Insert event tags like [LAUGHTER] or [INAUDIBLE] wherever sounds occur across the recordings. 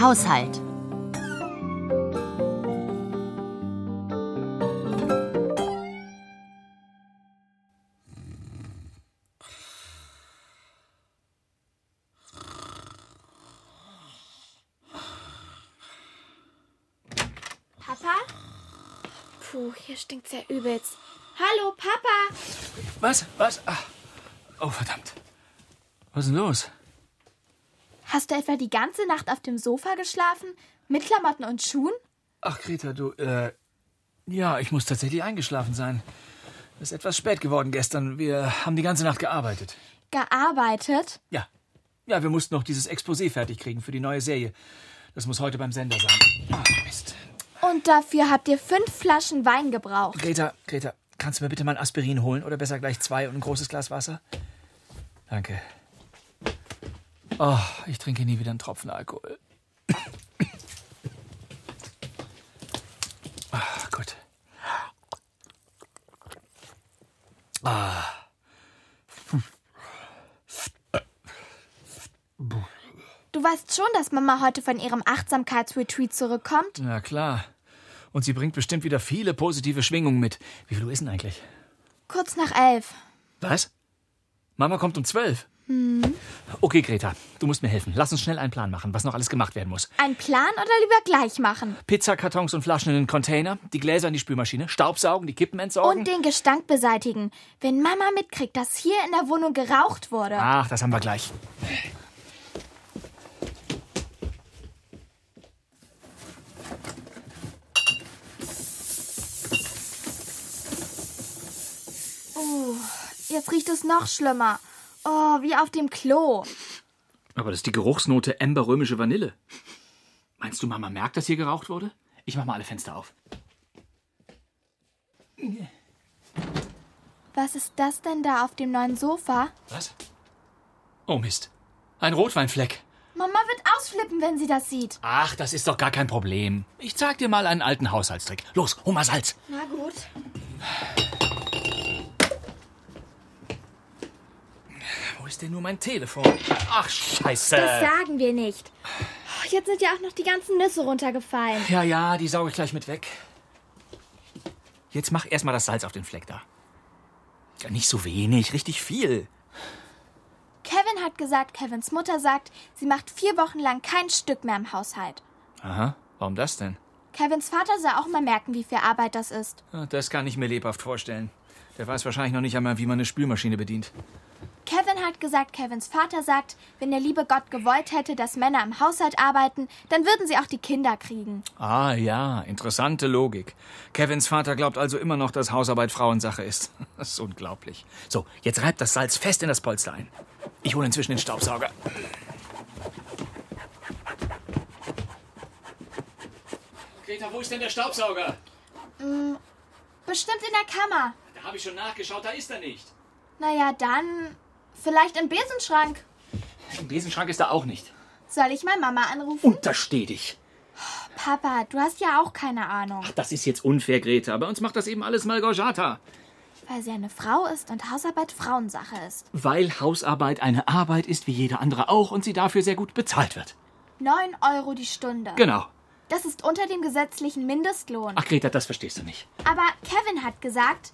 Haushalt. Papa? Puh, hier stinkt's ja übelst. Hallo, Papa! Was? Was? Ah. Oh, verdammt. Was ist denn los? Hast du etwa die ganze Nacht auf dem Sofa geschlafen? Mit Klamotten und Schuhen? Ach, Greta, du, äh, ja, ich muss tatsächlich eingeschlafen sein. Ist etwas spät geworden gestern. Wir haben die ganze Nacht gearbeitet. Gearbeitet? Ja. Ja, wir mussten noch dieses Exposé fertig kriegen für die neue Serie. Das muss heute beim Sender sein. Ah, Mist. Und dafür habt ihr fünf Flaschen Wein gebraucht. Greta, Greta, kannst du mir bitte mal ein Aspirin holen oder besser gleich zwei und ein großes Glas Wasser? Danke. Oh, ich trinke nie wieder einen Tropfen Alkohol. Ah, gut. Ah. Du weißt schon, dass Mama heute von ihrem Achtsamkeitsretreat zurückkommt. Na klar. Und sie bringt bestimmt wieder viele positive Schwingungen mit. Wie viel Uhr ist denn eigentlich? Kurz nach elf. Was? Mama kommt um zwölf. Okay, Greta, du musst mir helfen. Lass uns schnell einen Plan machen, was noch alles gemacht werden muss. Ein Plan oder lieber gleich machen? Pizzakartons und Flaschen in den Container, die Gläser in die Spülmaschine, Staubsaugen, die Kippen entsorgen. Und den Gestank beseitigen. Wenn Mama mitkriegt, dass hier in der Wohnung geraucht wurde. Ach, das haben wir gleich. Jetzt riecht es noch schlimmer. Oh, wie auf dem Klo. Aber das ist die Geruchsnote emberrömische Vanille. Meinst du, Mama merkt, dass hier geraucht wurde? Ich mach mal alle Fenster auf. Was ist das denn da auf dem neuen Sofa? Was? Oh Mist. Ein Rotweinfleck. Mama wird ausflippen, wenn sie das sieht. Ach, das ist doch gar kein Problem. Ich zeig dir mal einen alten Haushaltstrick. Los, hol mal Salz. Na gut. Wo ist denn nur mein Telefon? Ach, scheiße. Das sagen wir nicht. Oh, Jetzt sind ja auch noch die ganzen Nüsse runtergefallen. Ja, ja, die sauge ich gleich mit weg. Jetzt mach erstmal das Salz auf den Fleck da. Ja, nicht so wenig, richtig viel. Kevin hat gesagt, Kevins Mutter sagt, sie macht vier Wochen lang kein Stück mehr im Haushalt. Aha, warum das denn? Kevins Vater soll auch mal merken, wie viel Arbeit das ist. Ah, Das kann ich mir lebhaft vorstellen. Der weiß wahrscheinlich noch nicht einmal, wie man eine Spülmaschine bedient. Kevin hat gesagt, Kevins Vater sagt, wenn der liebe Gott gewollt hätte, dass Männer im Haushalt arbeiten, dann würden sie auch die Kinder kriegen. Ah ja, interessante Logik. Kevins Vater glaubt also immer noch, dass Hausarbeit Frauensache ist. [LAUGHS] Das ist unglaublich. So, jetzt reibt das Salz fest in das Polster ein. Ich hole inzwischen den Staubsauger. Greta, wo ist denn der Staubsauger? Bestimmt in der Kammer. Da habe ich schon nachgeschaut, da ist er nicht. Naja, dann vielleicht im Besenschrank. Im Besenschrank ist er auch nicht. Soll ich mal Mama anrufen? Untersteh dich. Papa, du hast ja auch keine Ahnung. Das ist jetzt unfair, Greta. Bei uns macht das eben alles mal Gorjata. Weil sie eine Frau ist und Hausarbeit Frauensache ist. Weil Hausarbeit eine Arbeit ist, wie jede andere auch, und sie dafür sehr gut bezahlt wird. Neun Euro die Stunde. Genau. Das ist unter dem gesetzlichen Mindestlohn. Ach, Greta, das verstehst du nicht. Aber Kevin hat gesagt,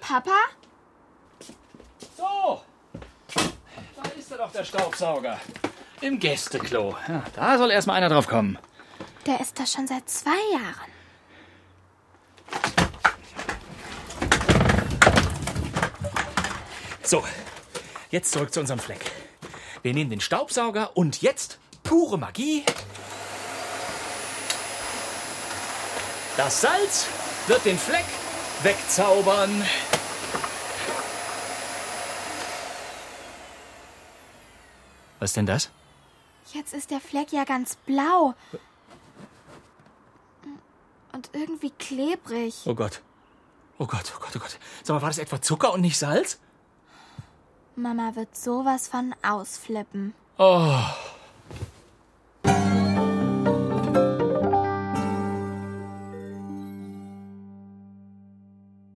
Papa, So, da ist er doch, der Staubsauger. Im Gästeklo. Ja, da soll erstmal einer drauf kommen. der ist da schon seit zwei Jahren. So, jetzt zurück zu unserem Fleck. Wir nehmen den Staubsauger und jetzt pure Magie. Das Salz wird den Fleck wegzaubern. Was ist denn das? Jetzt ist der Fleck ja ganz blau. Und irgendwie klebrig. Oh Gott. Oh Gott, oh Gott, oh Gott. Sag mal, war das etwa Zucker und nicht Salz? Mama wird sowas von ausflippen. Oh,